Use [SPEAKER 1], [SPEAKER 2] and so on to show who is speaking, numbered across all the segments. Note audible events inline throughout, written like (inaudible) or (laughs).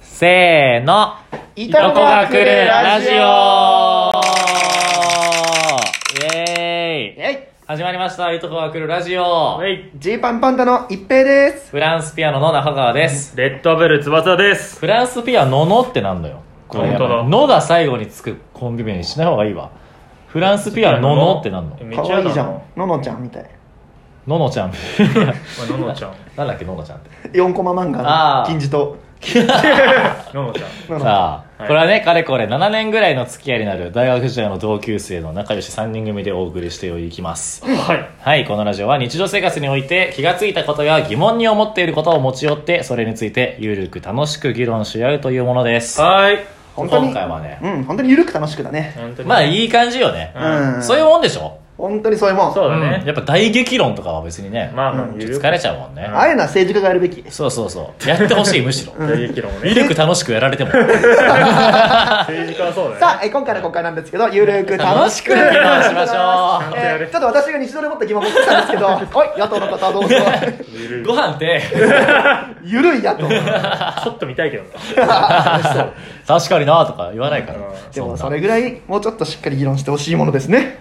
[SPEAKER 1] せーの。
[SPEAKER 2] いとこが来るラジオ
[SPEAKER 1] イエーイ
[SPEAKER 2] え
[SPEAKER 1] 始まりました。いとこが来るラジオ
[SPEAKER 3] は。い
[SPEAKER 2] い、ジーパンパンダの一平です。
[SPEAKER 1] フランスピアノの中川です。
[SPEAKER 3] レッドベル翼です
[SPEAKER 1] フランスピアノのってなんだよ。これやっぱ
[SPEAKER 3] 本当だ
[SPEAKER 1] のが最後につくコンビ名にしない方がいいわ。フランスピアノののってなんの
[SPEAKER 3] めっ
[SPEAKER 2] か
[SPEAKER 3] ちゃ
[SPEAKER 2] わ
[SPEAKER 3] 嫌
[SPEAKER 2] いい
[SPEAKER 3] だ
[SPEAKER 2] じゃ。
[SPEAKER 3] なん
[SPEAKER 2] ののちゃんみたい。
[SPEAKER 1] ののちゃん。 (laughs)
[SPEAKER 3] まあののちゃん
[SPEAKER 1] なんだっけ、ののちゃんって。
[SPEAKER 2] 4コマ漫画
[SPEAKER 1] あ
[SPEAKER 2] の
[SPEAKER 1] ー
[SPEAKER 2] 金字塔。
[SPEAKER 3] ののちゃん
[SPEAKER 2] のの
[SPEAKER 1] さあ、
[SPEAKER 3] はい
[SPEAKER 1] これはね、かれこれ7年ぐらいの付き合いになる大学時代の同級生の仲良し3人組でお送りしていきます。
[SPEAKER 3] はい
[SPEAKER 1] はい、このラジオは日常生活において気がついたことや疑問に思っていることを持ち寄って、それについてゆるく楽しく議論し合うというものです。
[SPEAKER 3] はい
[SPEAKER 2] 本当に。
[SPEAKER 1] 今回はね
[SPEAKER 2] うん、本当にゆるく楽しくだね。
[SPEAKER 3] 本当に
[SPEAKER 1] まあいい感じよね。
[SPEAKER 2] うん。
[SPEAKER 1] そういうもんでしょ、
[SPEAKER 2] 本当にそういうもん。
[SPEAKER 3] そうだ
[SPEAKER 1] うんや
[SPEAKER 3] ね
[SPEAKER 1] っぱ大激論とかは別にね、
[SPEAKER 3] まあまあ
[SPEAKER 2] うん
[SPEAKER 3] ゆる
[SPEAKER 1] 疲れちゃうもんね。
[SPEAKER 2] ああいうのは政治家がやるべき。
[SPEAKER 1] そうそうそう。やってほしい、むし
[SPEAKER 2] (laughs)
[SPEAKER 1] ろ。
[SPEAKER 3] 大激論をね
[SPEAKER 1] ゆるく楽しくやられても。
[SPEAKER 3] 政治家はそうだ
[SPEAKER 2] さ
[SPEAKER 3] ね
[SPEAKER 2] あ、え今回の国会なんですけど、ゆるく楽
[SPEAKER 1] 楽
[SPEAKER 2] し
[SPEAKER 1] しく
[SPEAKER 2] く。
[SPEAKER 1] 議論しましょう。
[SPEAKER 3] ちゃんとや
[SPEAKER 2] えー
[SPEAKER 3] る
[SPEAKER 2] ちょっと私が日常で持った疑問を持ってたんですけ
[SPEAKER 1] (laughs)
[SPEAKER 2] ど、おい、野党の方どうぞ。
[SPEAKER 3] ゆる
[SPEAKER 1] ご飯って、
[SPEAKER 2] (laughs) ゆるい野党。
[SPEAKER 3] ちょっと見たいけどな
[SPEAKER 1] 確かになとか言わないから
[SPEAKER 3] うん。
[SPEAKER 2] でも、
[SPEAKER 1] んな
[SPEAKER 2] それぐらい、もうちょっとしっかり議論してほしいものですね。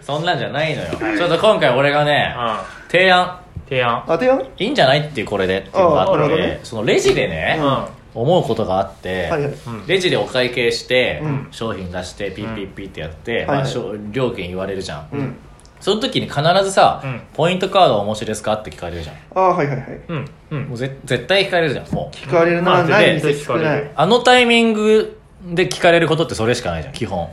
[SPEAKER 1] そんなんじゃないのよ。ちょっと今回俺がね、
[SPEAKER 3] う
[SPEAKER 1] 提案、
[SPEAKER 3] ん提案
[SPEAKER 2] 当てよう。
[SPEAKER 1] いいんじゃないっていうこれでっていうのが
[SPEAKER 2] ああ
[SPEAKER 1] あ
[SPEAKER 2] な
[SPEAKER 1] っ
[SPEAKER 2] るほど
[SPEAKER 1] て
[SPEAKER 2] ね、
[SPEAKER 1] そのレジでね、
[SPEAKER 3] う
[SPEAKER 1] 思うことがあって、
[SPEAKER 2] はいはい
[SPEAKER 3] うん
[SPEAKER 1] レジでお会計して、
[SPEAKER 2] うん
[SPEAKER 1] 商品出して、ピッピッピってやって、
[SPEAKER 2] はいはい
[SPEAKER 1] まあしょ料金言われるじゃん。
[SPEAKER 2] うん。
[SPEAKER 1] その時に必ずさ、
[SPEAKER 3] うん
[SPEAKER 1] ポイントカードお持ちですかって聞かれるじゃん。
[SPEAKER 2] ああ、はいはいはい。
[SPEAKER 3] んうんうん
[SPEAKER 1] もうぜ絶対聞かれるじゃん、もう。
[SPEAKER 2] 聞かれる
[SPEAKER 3] ま
[SPEAKER 2] な、
[SPEAKER 3] あ
[SPEAKER 2] ない店
[SPEAKER 3] 絶対
[SPEAKER 2] 少な
[SPEAKER 3] 聞かれ
[SPEAKER 2] い
[SPEAKER 3] る。
[SPEAKER 1] あのタイミングで聞かれることってそれしかないじゃん、基本。
[SPEAKER 3] うん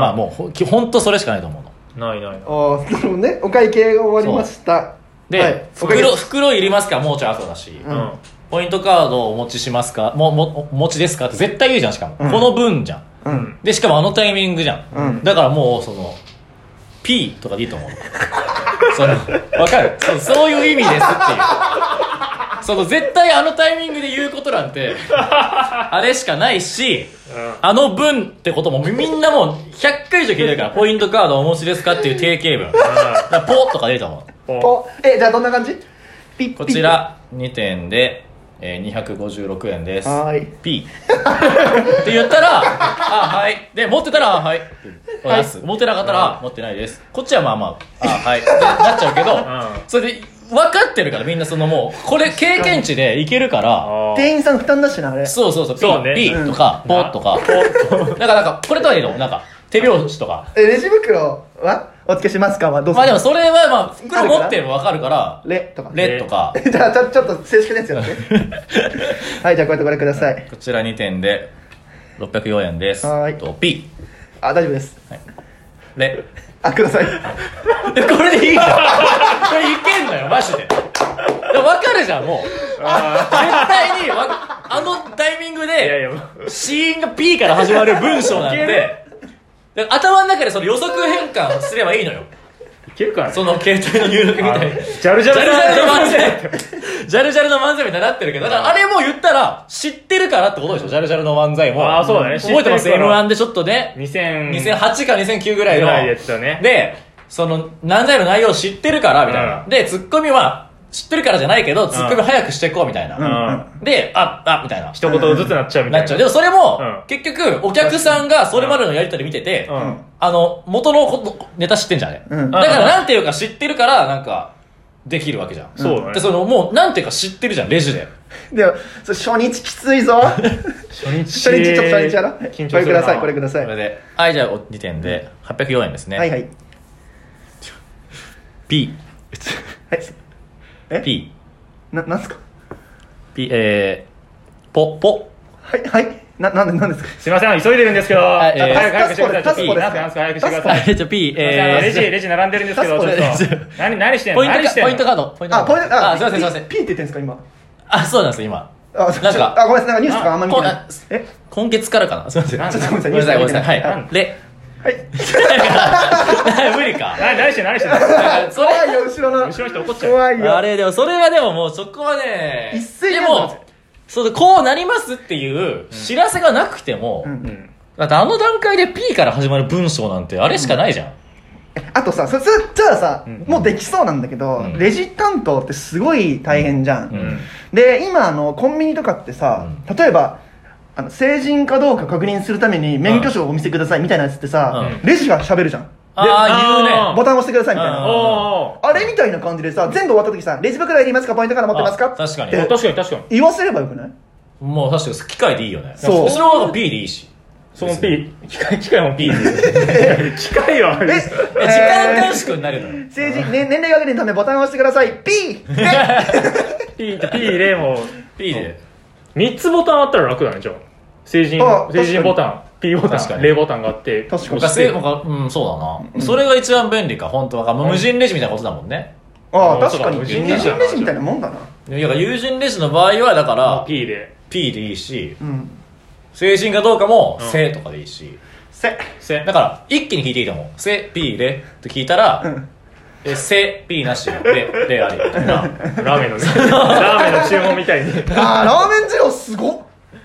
[SPEAKER 1] まあもうほ、きほんとそれしかないと思うの。
[SPEAKER 3] ないないない
[SPEAKER 2] ああ、なるほどね。お会計が終わりました。
[SPEAKER 1] で、
[SPEAKER 2] はい、お会計
[SPEAKER 1] 袋、袋いりますかもうちょい後だし。
[SPEAKER 2] うん
[SPEAKER 3] うん
[SPEAKER 1] ポイントカードをお持ちしますかも、も、お持ちですかって絶対言うじゃん、しかも。
[SPEAKER 2] うん
[SPEAKER 1] この分じゃん。
[SPEAKER 2] うん。
[SPEAKER 1] で、しかもあのタイミングじゃん。
[SPEAKER 2] うん
[SPEAKER 1] だからもう、その、P とかでいいと思う。 (laughs) その、わかるそそういう意味ですっていう。その、絶対あのタイミングで言うことなんて、あれしかないし、あの分ってこともみんなもう100回以上聞いてるから、ポイントカードお持ちですかっていう定型文。だからポとかでいいと思う。
[SPEAKER 3] うん
[SPEAKER 2] お、え、じゃあどんな感じピッピッ
[SPEAKER 1] こち。ら2点で、えー、256円です。
[SPEAKER 2] はーい。
[SPEAKER 1] P って言ったら「あはい」で持ってたら「あはい」おやす持ってなかったらあ「持ってないです」こっちはまあまあ「あはい」ってなっちゃうけ
[SPEAKER 3] ん
[SPEAKER 1] どそれで分かってるからみんなそのもうこれ経験値でいけるから
[SPEAKER 3] あ
[SPEAKER 2] 店員さん負担だしな、あれ。
[SPEAKER 1] そうそうそう
[SPEAKER 3] そうね
[SPEAKER 1] P
[SPEAKER 2] うん
[SPEAKER 1] とか「ポ」とかなんかなんかこれとはいえどなんか手拍子とか
[SPEAKER 2] え、レジ袋はお付けしますかはどうす
[SPEAKER 1] まあ
[SPEAKER 2] る
[SPEAKER 1] でもそれはまあ袋持ってれば分かるから
[SPEAKER 2] レとか。
[SPEAKER 1] 「
[SPEAKER 2] (laughs)
[SPEAKER 1] レ」とか
[SPEAKER 2] え。じゃあちょ、ちょっと正式なやつやって。はい、じゃあこうやってこれください。
[SPEAKER 1] (laughs) こちら2点で604円です
[SPEAKER 2] はい
[SPEAKER 1] と P
[SPEAKER 2] あ、大丈夫です。
[SPEAKER 1] 「レ」
[SPEAKER 2] あ、ください。
[SPEAKER 1] で (laughs) これでいいじゃんこれいけんのよマジでで分かるじゃんもう絶対にわあのタイミング
[SPEAKER 3] いやい
[SPEAKER 1] で
[SPEAKER 3] やもう
[SPEAKER 1] 死因が P から始まる文章なん
[SPEAKER 3] いけ
[SPEAKER 1] でだから頭の中でその予測変換すればいいのよ
[SPEAKER 3] いけるから
[SPEAKER 1] その携帯の入力みたいに
[SPEAKER 3] ジャルジ
[SPEAKER 1] ジャ
[SPEAKER 3] ャ
[SPEAKER 1] ル
[SPEAKER 3] ル
[SPEAKER 1] ジャルの漫才ジャルジャルの漫才みたいになってるけどだからあれも言ったら知ってるからってことでしょジャルジャルの漫才も
[SPEAKER 3] あーそうだね
[SPEAKER 1] 覚えてます
[SPEAKER 3] 知ってるから
[SPEAKER 1] M1 でちょっとね
[SPEAKER 3] 2000
[SPEAKER 1] 2008か2009ぐらいの
[SPEAKER 3] ぐらいでやってたね
[SPEAKER 1] でその漫才の内容知ってるからみたいな、
[SPEAKER 3] うん
[SPEAKER 1] でツッコミは知ってるからじゃないけどツッコミ早くしていこうみたいな、
[SPEAKER 3] うん
[SPEAKER 1] でああみたいな
[SPEAKER 3] 一言ずつなっちゃうみ
[SPEAKER 1] な
[SPEAKER 3] たいな
[SPEAKER 1] っちゃうでもそれも、
[SPEAKER 3] うん
[SPEAKER 1] 結局お客さんがそれまでのやりとり見てて、
[SPEAKER 3] うん
[SPEAKER 1] あの元のことネタ知ってんじゃんね、
[SPEAKER 2] うん
[SPEAKER 1] だからなんていうか知ってるからなんかできるわけじゃん
[SPEAKER 3] そうだ
[SPEAKER 1] で
[SPEAKER 3] ね
[SPEAKER 1] そのもうなんていうか知ってるじゃんレジで
[SPEAKER 2] でも、それ初日きついぞ。
[SPEAKER 3] 初日
[SPEAKER 2] 初日、ちょっと初日やろ。こ
[SPEAKER 3] 緊張するな
[SPEAKER 2] れください、これくだ
[SPEAKER 1] そ
[SPEAKER 2] さい。
[SPEAKER 1] れ
[SPEAKER 2] は
[SPEAKER 1] ではいじゃあお2点で804円ですね、
[SPEAKER 2] いはい。
[SPEAKER 1] P
[SPEAKER 2] はい。え
[SPEAKER 1] P
[SPEAKER 2] な、なんすか
[SPEAKER 1] P えー、ポポ
[SPEAKER 2] はい、はい。な、なんで、なんですか
[SPEAKER 3] すいません急いでるんですけど
[SPEAKER 1] あえー
[SPEAKER 3] 早く早くしてください
[SPEAKER 2] パスポで
[SPEAKER 3] ちょ
[SPEAKER 2] す
[SPEAKER 3] っと
[SPEAKER 2] か
[SPEAKER 3] 早くしてくだ
[SPEAKER 2] パ
[SPEAKER 3] さい
[SPEAKER 1] えっと P
[SPEAKER 3] あのレ
[SPEAKER 1] え
[SPEAKER 3] ジ、レジ並んでるんですけど、
[SPEAKER 2] パ
[SPEAKER 3] ち
[SPEAKER 2] ス
[SPEAKER 3] ょ
[SPEAKER 2] ポ
[SPEAKER 1] ー
[SPEAKER 3] っと。何、何し
[SPEAKER 1] ー
[SPEAKER 3] てんの
[SPEAKER 1] ポイント
[SPEAKER 3] 何して
[SPEAKER 1] カ
[SPEAKER 3] ん
[SPEAKER 1] ポ
[SPEAKER 3] の
[SPEAKER 1] イントカードポイントカー
[SPEAKER 2] あ、ポ
[SPEAKER 1] ド
[SPEAKER 2] イント、あ、
[SPEAKER 1] あすいませんすいません
[SPEAKER 2] ピンって言ってんですか、今。
[SPEAKER 1] あそうなんです今
[SPEAKER 2] あ、
[SPEAKER 1] なんか
[SPEAKER 2] あ、ごめんなさい、なんかニュースとかあんま見てな
[SPEAKER 1] あ
[SPEAKER 2] い。え
[SPEAKER 1] 今月からかなすいません
[SPEAKER 3] なん
[SPEAKER 1] ご
[SPEAKER 2] ちょっとごめんなさい、
[SPEAKER 1] めんなさいごめんなさい
[SPEAKER 2] ニュース見て
[SPEAKER 1] はいレ
[SPEAKER 2] はい。
[SPEAKER 1] (laughs) 無理か
[SPEAKER 3] 何、何してんの何してんの
[SPEAKER 1] だからそれ
[SPEAKER 2] 怖いよ、後ろの。
[SPEAKER 3] 後ろの人怒っちゃう
[SPEAKER 2] 怖いよ。
[SPEAKER 1] あれでもそれはでももうそこはね
[SPEAKER 2] 一斉に
[SPEAKER 1] で
[SPEAKER 2] やるの
[SPEAKER 1] もそのこうなりますっていう知らせがなくても、
[SPEAKER 2] うん
[SPEAKER 3] うん。
[SPEAKER 1] だってあの段階で P から始まる文章なんてあれしかないじゃん、
[SPEAKER 2] あとさ、そ、そ、じゃあさ、
[SPEAKER 3] うん
[SPEAKER 2] もうできそうなんだけど、
[SPEAKER 1] うん
[SPEAKER 2] レジ担当ってすごい大変じゃん。
[SPEAKER 1] うん
[SPEAKER 2] で、今、あの、コンビニとかってさ、例えば、あの成人かどうか確認するために免許証をお見せくださいみたいなやつってさ、
[SPEAKER 3] う
[SPEAKER 2] レジが喋るじゃん
[SPEAKER 1] ああ、言う
[SPEAKER 3] あ
[SPEAKER 1] ね。
[SPEAKER 2] ボタン押してくださいみたい
[SPEAKER 1] うん
[SPEAKER 2] な
[SPEAKER 3] おーお
[SPEAKER 2] あれみたいな感じでさ全部終わった時さレジ袋入りますかポイントから持ってますか
[SPEAKER 1] あ確かに
[SPEAKER 2] っ
[SPEAKER 3] ー
[SPEAKER 2] て
[SPEAKER 3] 確かに確かに
[SPEAKER 2] 言わせればよくない
[SPEAKER 1] もう確かに機械でいいよね。
[SPEAKER 2] そう
[SPEAKER 1] そのまま P でいいし。
[SPEAKER 3] その P 機械機械も P 機械は
[SPEAKER 2] え
[SPEAKER 1] え時間短縮になるのよ。
[SPEAKER 2] 成人、ね、年齢確認のためボタンを押してくださいピー (laughs)
[SPEAKER 3] P と P でも
[SPEAKER 1] P で。
[SPEAKER 3] 3つボタンあったら楽だねじゃあ成人
[SPEAKER 2] あ
[SPEAKER 3] 成人ボタン P ボタ
[SPEAKER 1] 確か
[SPEAKER 3] ン
[SPEAKER 1] に
[SPEAKER 3] L ボタンがあって
[SPEAKER 2] 確かに
[SPEAKER 1] 他せ他うん、そうだな。それが一番便利か、本当は。無人レジみたいなことだもんね。
[SPEAKER 2] ああ
[SPEAKER 3] あ
[SPEAKER 2] 確かに
[SPEAKER 3] そうだ無
[SPEAKER 2] 人
[SPEAKER 3] 人
[SPEAKER 2] レ
[SPEAKER 3] レ
[SPEAKER 2] ジ
[SPEAKER 3] ジ
[SPEAKER 2] レジみたいなもんだない
[SPEAKER 1] や、友人レジの場合は、だか
[SPEAKER 3] あ
[SPEAKER 1] ら、
[SPEAKER 3] P で
[SPEAKER 1] P でいいし、
[SPEAKER 2] うん
[SPEAKER 1] 成人かどうかも、
[SPEAKER 3] うん
[SPEAKER 1] せとかでいいし。
[SPEAKER 2] せ
[SPEAKER 3] せ
[SPEAKER 1] だから、一気に聞いていいと思う。せ、P でって聞いたら、
[SPEAKER 2] うん
[SPEAKER 1] え、せ、P なし、で、であり。みたいな
[SPEAKER 3] ラーメンのねラーメンの注文みたいに
[SPEAKER 2] ああラーメン二郎すごっ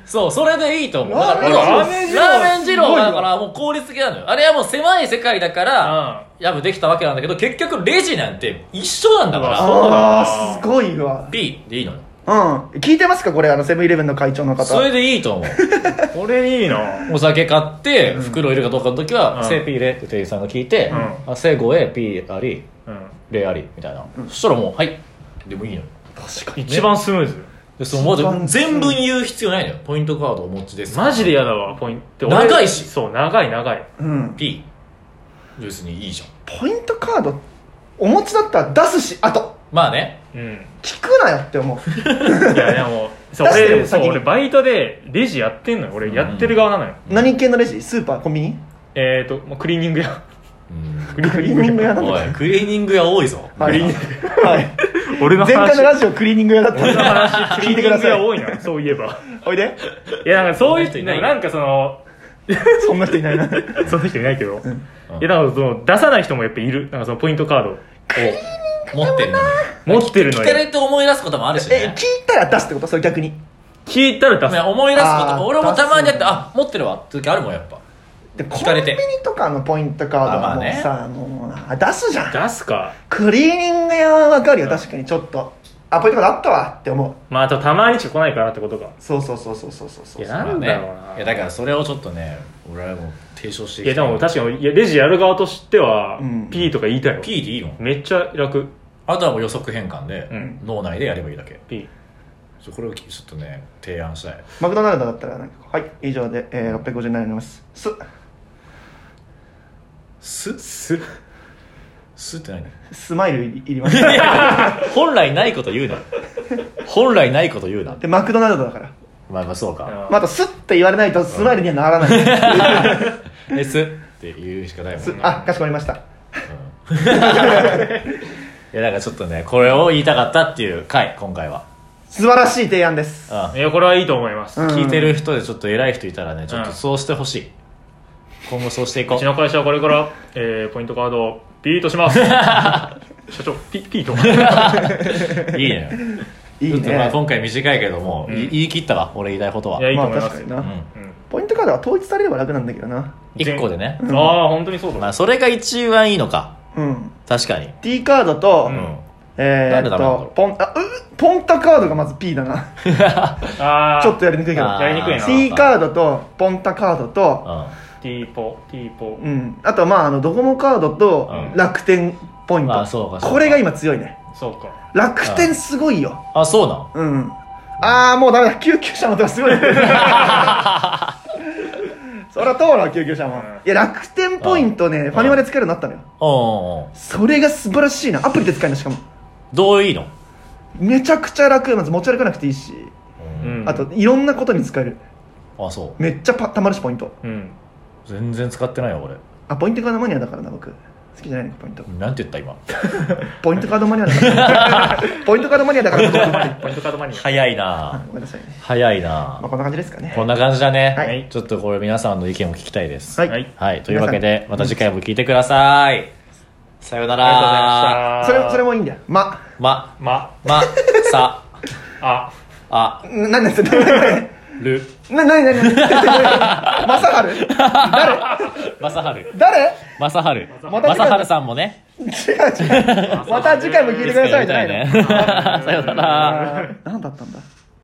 [SPEAKER 1] そう、それでいいと思う。だ
[SPEAKER 2] ラ
[SPEAKER 1] か
[SPEAKER 2] ー
[SPEAKER 1] ら
[SPEAKER 2] メン
[SPEAKER 1] この
[SPEAKER 3] ラーメン二郎
[SPEAKER 1] ラーメン二
[SPEAKER 2] すご
[SPEAKER 1] 郎
[SPEAKER 2] いよ
[SPEAKER 1] はだからもう効率的なのよ。あれはもう狭い世界だから、やぶできたわけなんだけど、結局レジなんて一緒なんだから、
[SPEAKER 3] うわそうだ
[SPEAKER 2] ああすごいわ
[SPEAKER 1] P でいいのよ。
[SPEAKER 2] うん聞いてますかこれあのセブンイレブンの会長の方
[SPEAKER 1] それでいいと思う。
[SPEAKER 3] これいいな
[SPEAKER 1] お酒買って、袋いるかどうかの時は、
[SPEAKER 3] うん
[SPEAKER 1] せ、P でって店員さんが聞いて、
[SPEAKER 3] う
[SPEAKER 1] あせ、5へ、P あり、
[SPEAKER 3] うん
[SPEAKER 1] 例あり、みたいな。そしたらもう、はい。でもいいのよ。
[SPEAKER 2] 確か
[SPEAKER 3] 一番スムーズ
[SPEAKER 1] で、そのもう
[SPEAKER 2] 一番
[SPEAKER 1] 全部言う必要ないのよ。ポイントカードお持ちです。
[SPEAKER 3] マジで嫌だわポイント
[SPEAKER 1] 長い
[SPEAKER 3] 俺
[SPEAKER 1] し
[SPEAKER 3] そう長い長い
[SPEAKER 2] うん
[SPEAKER 1] P。別にいいじゃん。
[SPEAKER 2] ポイントカードお持ちだったら出すしあと
[SPEAKER 1] まあね。
[SPEAKER 3] うん
[SPEAKER 2] 聞くなよって (laughs) 思う
[SPEAKER 3] いやでもそう
[SPEAKER 2] 出してる
[SPEAKER 3] 俺そう
[SPEAKER 2] 先に
[SPEAKER 3] 俺バイトでレジやってんのよ俺やってる側なのよ、
[SPEAKER 2] 何系のレジスーパーコンビニ
[SPEAKER 3] えっ、ー、ともうクリーニング屋
[SPEAKER 1] うん
[SPEAKER 3] クリ
[SPEAKER 2] クリーニング屋なん
[SPEAKER 1] お
[SPEAKER 2] だ
[SPEAKER 1] い、クリーニング屋多いぞ。
[SPEAKER 2] はい
[SPEAKER 3] クリ
[SPEAKER 2] はい
[SPEAKER 3] 俺の
[SPEAKER 2] 前回
[SPEAKER 3] 話
[SPEAKER 2] のラジオクリーニング屋だった
[SPEAKER 3] 俺の話ク
[SPEAKER 2] 聞
[SPEAKER 3] リ
[SPEAKER 2] い
[SPEAKER 3] ーニ
[SPEAKER 2] てく
[SPEAKER 3] ング
[SPEAKER 2] ださ
[SPEAKER 3] 屋
[SPEAKER 2] い
[SPEAKER 3] 多いなそういえば
[SPEAKER 2] おいで
[SPEAKER 3] いやなんかそういう人
[SPEAKER 1] そんな人いない
[SPEAKER 3] なんかその
[SPEAKER 2] そんな人いないなクリーニン
[SPEAKER 3] その人いないけど、
[SPEAKER 1] うん
[SPEAKER 3] いやなんかその出さない人もやっぱいるなんかそのポイントカード
[SPEAKER 1] お持ってるのに。
[SPEAKER 3] 持ってるの
[SPEAKER 1] 聞かれ
[SPEAKER 3] よ
[SPEAKER 1] て思い出すこともあるし
[SPEAKER 2] え
[SPEAKER 1] ね
[SPEAKER 2] 聞。いたら出すってことそれ逆に
[SPEAKER 3] 聞いたら出
[SPEAKER 1] ね
[SPEAKER 3] す
[SPEAKER 1] 思い出すこと
[SPEAKER 2] あー
[SPEAKER 1] も、俺もたまにやって、
[SPEAKER 2] 出す
[SPEAKER 1] あ、持ってるわって時あるもん、やっぱ。
[SPEAKER 2] でコ
[SPEAKER 1] 聞か
[SPEAKER 2] ンビ
[SPEAKER 1] れ
[SPEAKER 2] ニ
[SPEAKER 1] て
[SPEAKER 2] とかのポイントカードは
[SPEAKER 1] あ
[SPEAKER 2] も
[SPEAKER 1] まあ
[SPEAKER 2] う
[SPEAKER 1] ね
[SPEAKER 2] さ、もうあ出すじゃん
[SPEAKER 3] 出すか
[SPEAKER 2] クリーニング屋はわかるよ確かにちょっとあポイントカードあったわって思う
[SPEAKER 3] まああとたまにしか来ないからってことか
[SPEAKER 2] そうそうそうそうそうそうそう
[SPEAKER 3] いやなんだろうな
[SPEAKER 1] まあねいや、だからそれをちょっとね、俺はもう提唱してい
[SPEAKER 3] いや
[SPEAKER 1] き
[SPEAKER 3] で
[SPEAKER 1] た
[SPEAKER 3] も確かにいやレジやる側としては、
[SPEAKER 2] うん
[SPEAKER 3] P とか言いたいよ
[SPEAKER 1] P でいいの
[SPEAKER 3] めっちゃ楽
[SPEAKER 1] あとはもう予測変換で
[SPEAKER 3] うん、
[SPEAKER 1] 脳内でやればいいだけ。
[SPEAKER 3] P
[SPEAKER 1] ちょこれをちょっとね、提案したい。
[SPEAKER 2] マクドナルドだったらなんかはい以上で、えー、650になりますす
[SPEAKER 1] す、
[SPEAKER 3] す
[SPEAKER 1] すって何 (laughs)
[SPEAKER 2] スマイルいります
[SPEAKER 1] 本来ないこと言うな。本来ないこと言うな。
[SPEAKER 2] でマクドナルドだから
[SPEAKER 1] まあまあそうか。
[SPEAKER 2] またスって言われないとスマイルにはならない
[SPEAKER 1] え、すって言うしかないもん
[SPEAKER 2] す
[SPEAKER 1] ね。
[SPEAKER 2] あかしこまりました
[SPEAKER 1] いや、だからちょっとね、これを言いたかったっていう回、今回は。
[SPEAKER 2] 素晴らしい提案です
[SPEAKER 1] うん
[SPEAKER 3] いやこれはいいと思います、
[SPEAKER 2] う
[SPEAKER 3] うん
[SPEAKER 1] 聞いてる人でちょっと偉い人いたらねちょっと
[SPEAKER 3] うん
[SPEAKER 1] そうしてほしい、今後そうしていこう
[SPEAKER 3] ちの会社はこれから、えーポイントカードを P とし (laughs) ます社長 P, P と
[SPEAKER 1] いいね
[SPEAKER 2] いい
[SPEAKER 1] ちょっとまあ
[SPEAKER 2] ね
[SPEAKER 1] 今回短いけども、
[SPEAKER 3] うん
[SPEAKER 1] い言い切ったわ俺言いたいことはい
[SPEAKER 3] やいいと
[SPEAKER 2] まあ
[SPEAKER 3] 思います
[SPEAKER 2] 確かにな、
[SPEAKER 1] うん、
[SPEAKER 3] うん
[SPEAKER 2] ポイントカードは統一されれば楽なんだけどな
[SPEAKER 1] 1個でね、
[SPEAKER 3] ああ本当にそうだ、
[SPEAKER 1] まあ、それが一番いいのか
[SPEAKER 2] うん
[SPEAKER 1] 確かに
[SPEAKER 2] T カードと、
[SPEAKER 3] うん
[SPEAKER 2] え
[SPEAKER 1] なんでダメ
[SPEAKER 2] ーっ
[SPEAKER 1] なんだろ
[SPEAKER 2] と
[SPEAKER 1] う
[SPEAKER 2] ポンあうポンタカードがまず P だな
[SPEAKER 3] ああ
[SPEAKER 2] (laughs) ちょっとやりにくいけど
[SPEAKER 1] あー
[SPEAKER 3] やりにくいな
[SPEAKER 2] T カードとポンタカードと、
[SPEAKER 3] T ポ T ポ
[SPEAKER 2] うん、あとはまああのドコモカードと
[SPEAKER 1] うん
[SPEAKER 2] 楽天ポイント、
[SPEAKER 1] あそうかそうか
[SPEAKER 2] これが今強いね
[SPEAKER 3] そうか
[SPEAKER 2] 楽天すごいよ
[SPEAKER 1] あそうな
[SPEAKER 2] うんああもうダメだ救急車の音が
[SPEAKER 1] (laughs)
[SPEAKER 2] すごいそりゃ通るわ救急車も、
[SPEAKER 3] うん
[SPEAKER 2] いや楽天ポイントね、ファミマで使えるようになったのよ
[SPEAKER 1] のうんうんうん
[SPEAKER 2] それが素晴らしいなアプリで使えるのしかも
[SPEAKER 1] どういいの、
[SPEAKER 2] めちゃくちゃ楽まず持ち歩かなくていいし、
[SPEAKER 3] うん
[SPEAKER 2] あといろんなことに使える
[SPEAKER 1] あそう
[SPEAKER 2] めっちゃパたまるしポイント
[SPEAKER 3] うん
[SPEAKER 1] 全然使ってないよ俺
[SPEAKER 2] あポイントカードマニアだからな僕好きじゃないのかポイント
[SPEAKER 1] なんて言った今
[SPEAKER 2] ポイントカードマニアだからポイントカードマニアだから僕
[SPEAKER 3] ポイントカードマニア
[SPEAKER 1] 早いな
[SPEAKER 2] ごめんなさいね
[SPEAKER 1] 早い
[SPEAKER 2] まあ、
[SPEAKER 1] な
[SPEAKER 2] こんな感じですかね
[SPEAKER 1] こんな感じだね、
[SPEAKER 2] はい
[SPEAKER 1] ちょっとこれ皆さんの意見も聞きたいです
[SPEAKER 2] はい、
[SPEAKER 3] はい
[SPEAKER 1] はい、というわけで、また次回も聞いてください。さようなら。
[SPEAKER 3] ありがとうございま
[SPEAKER 2] そ
[SPEAKER 3] した
[SPEAKER 2] れそれもいいんだよま
[SPEAKER 1] ま、
[SPEAKER 3] ま
[SPEAKER 1] ま、さ、
[SPEAKER 3] あ
[SPEAKER 1] あ、
[SPEAKER 2] ななんですな
[SPEAKER 1] る。
[SPEAKER 2] ななななまさはる
[SPEAKER 1] まさはる。
[SPEAKER 2] 誰
[SPEAKER 1] まさはる。
[SPEAKER 2] ま
[SPEAKER 1] ま
[SPEAKER 2] た次回
[SPEAKER 1] さはるさんもね。
[SPEAKER 2] 違う違うまた次回も聞いてくださいじゃないの
[SPEAKER 1] いつかやりたいね (laughs) さようなら。
[SPEAKER 2] 何だったんだ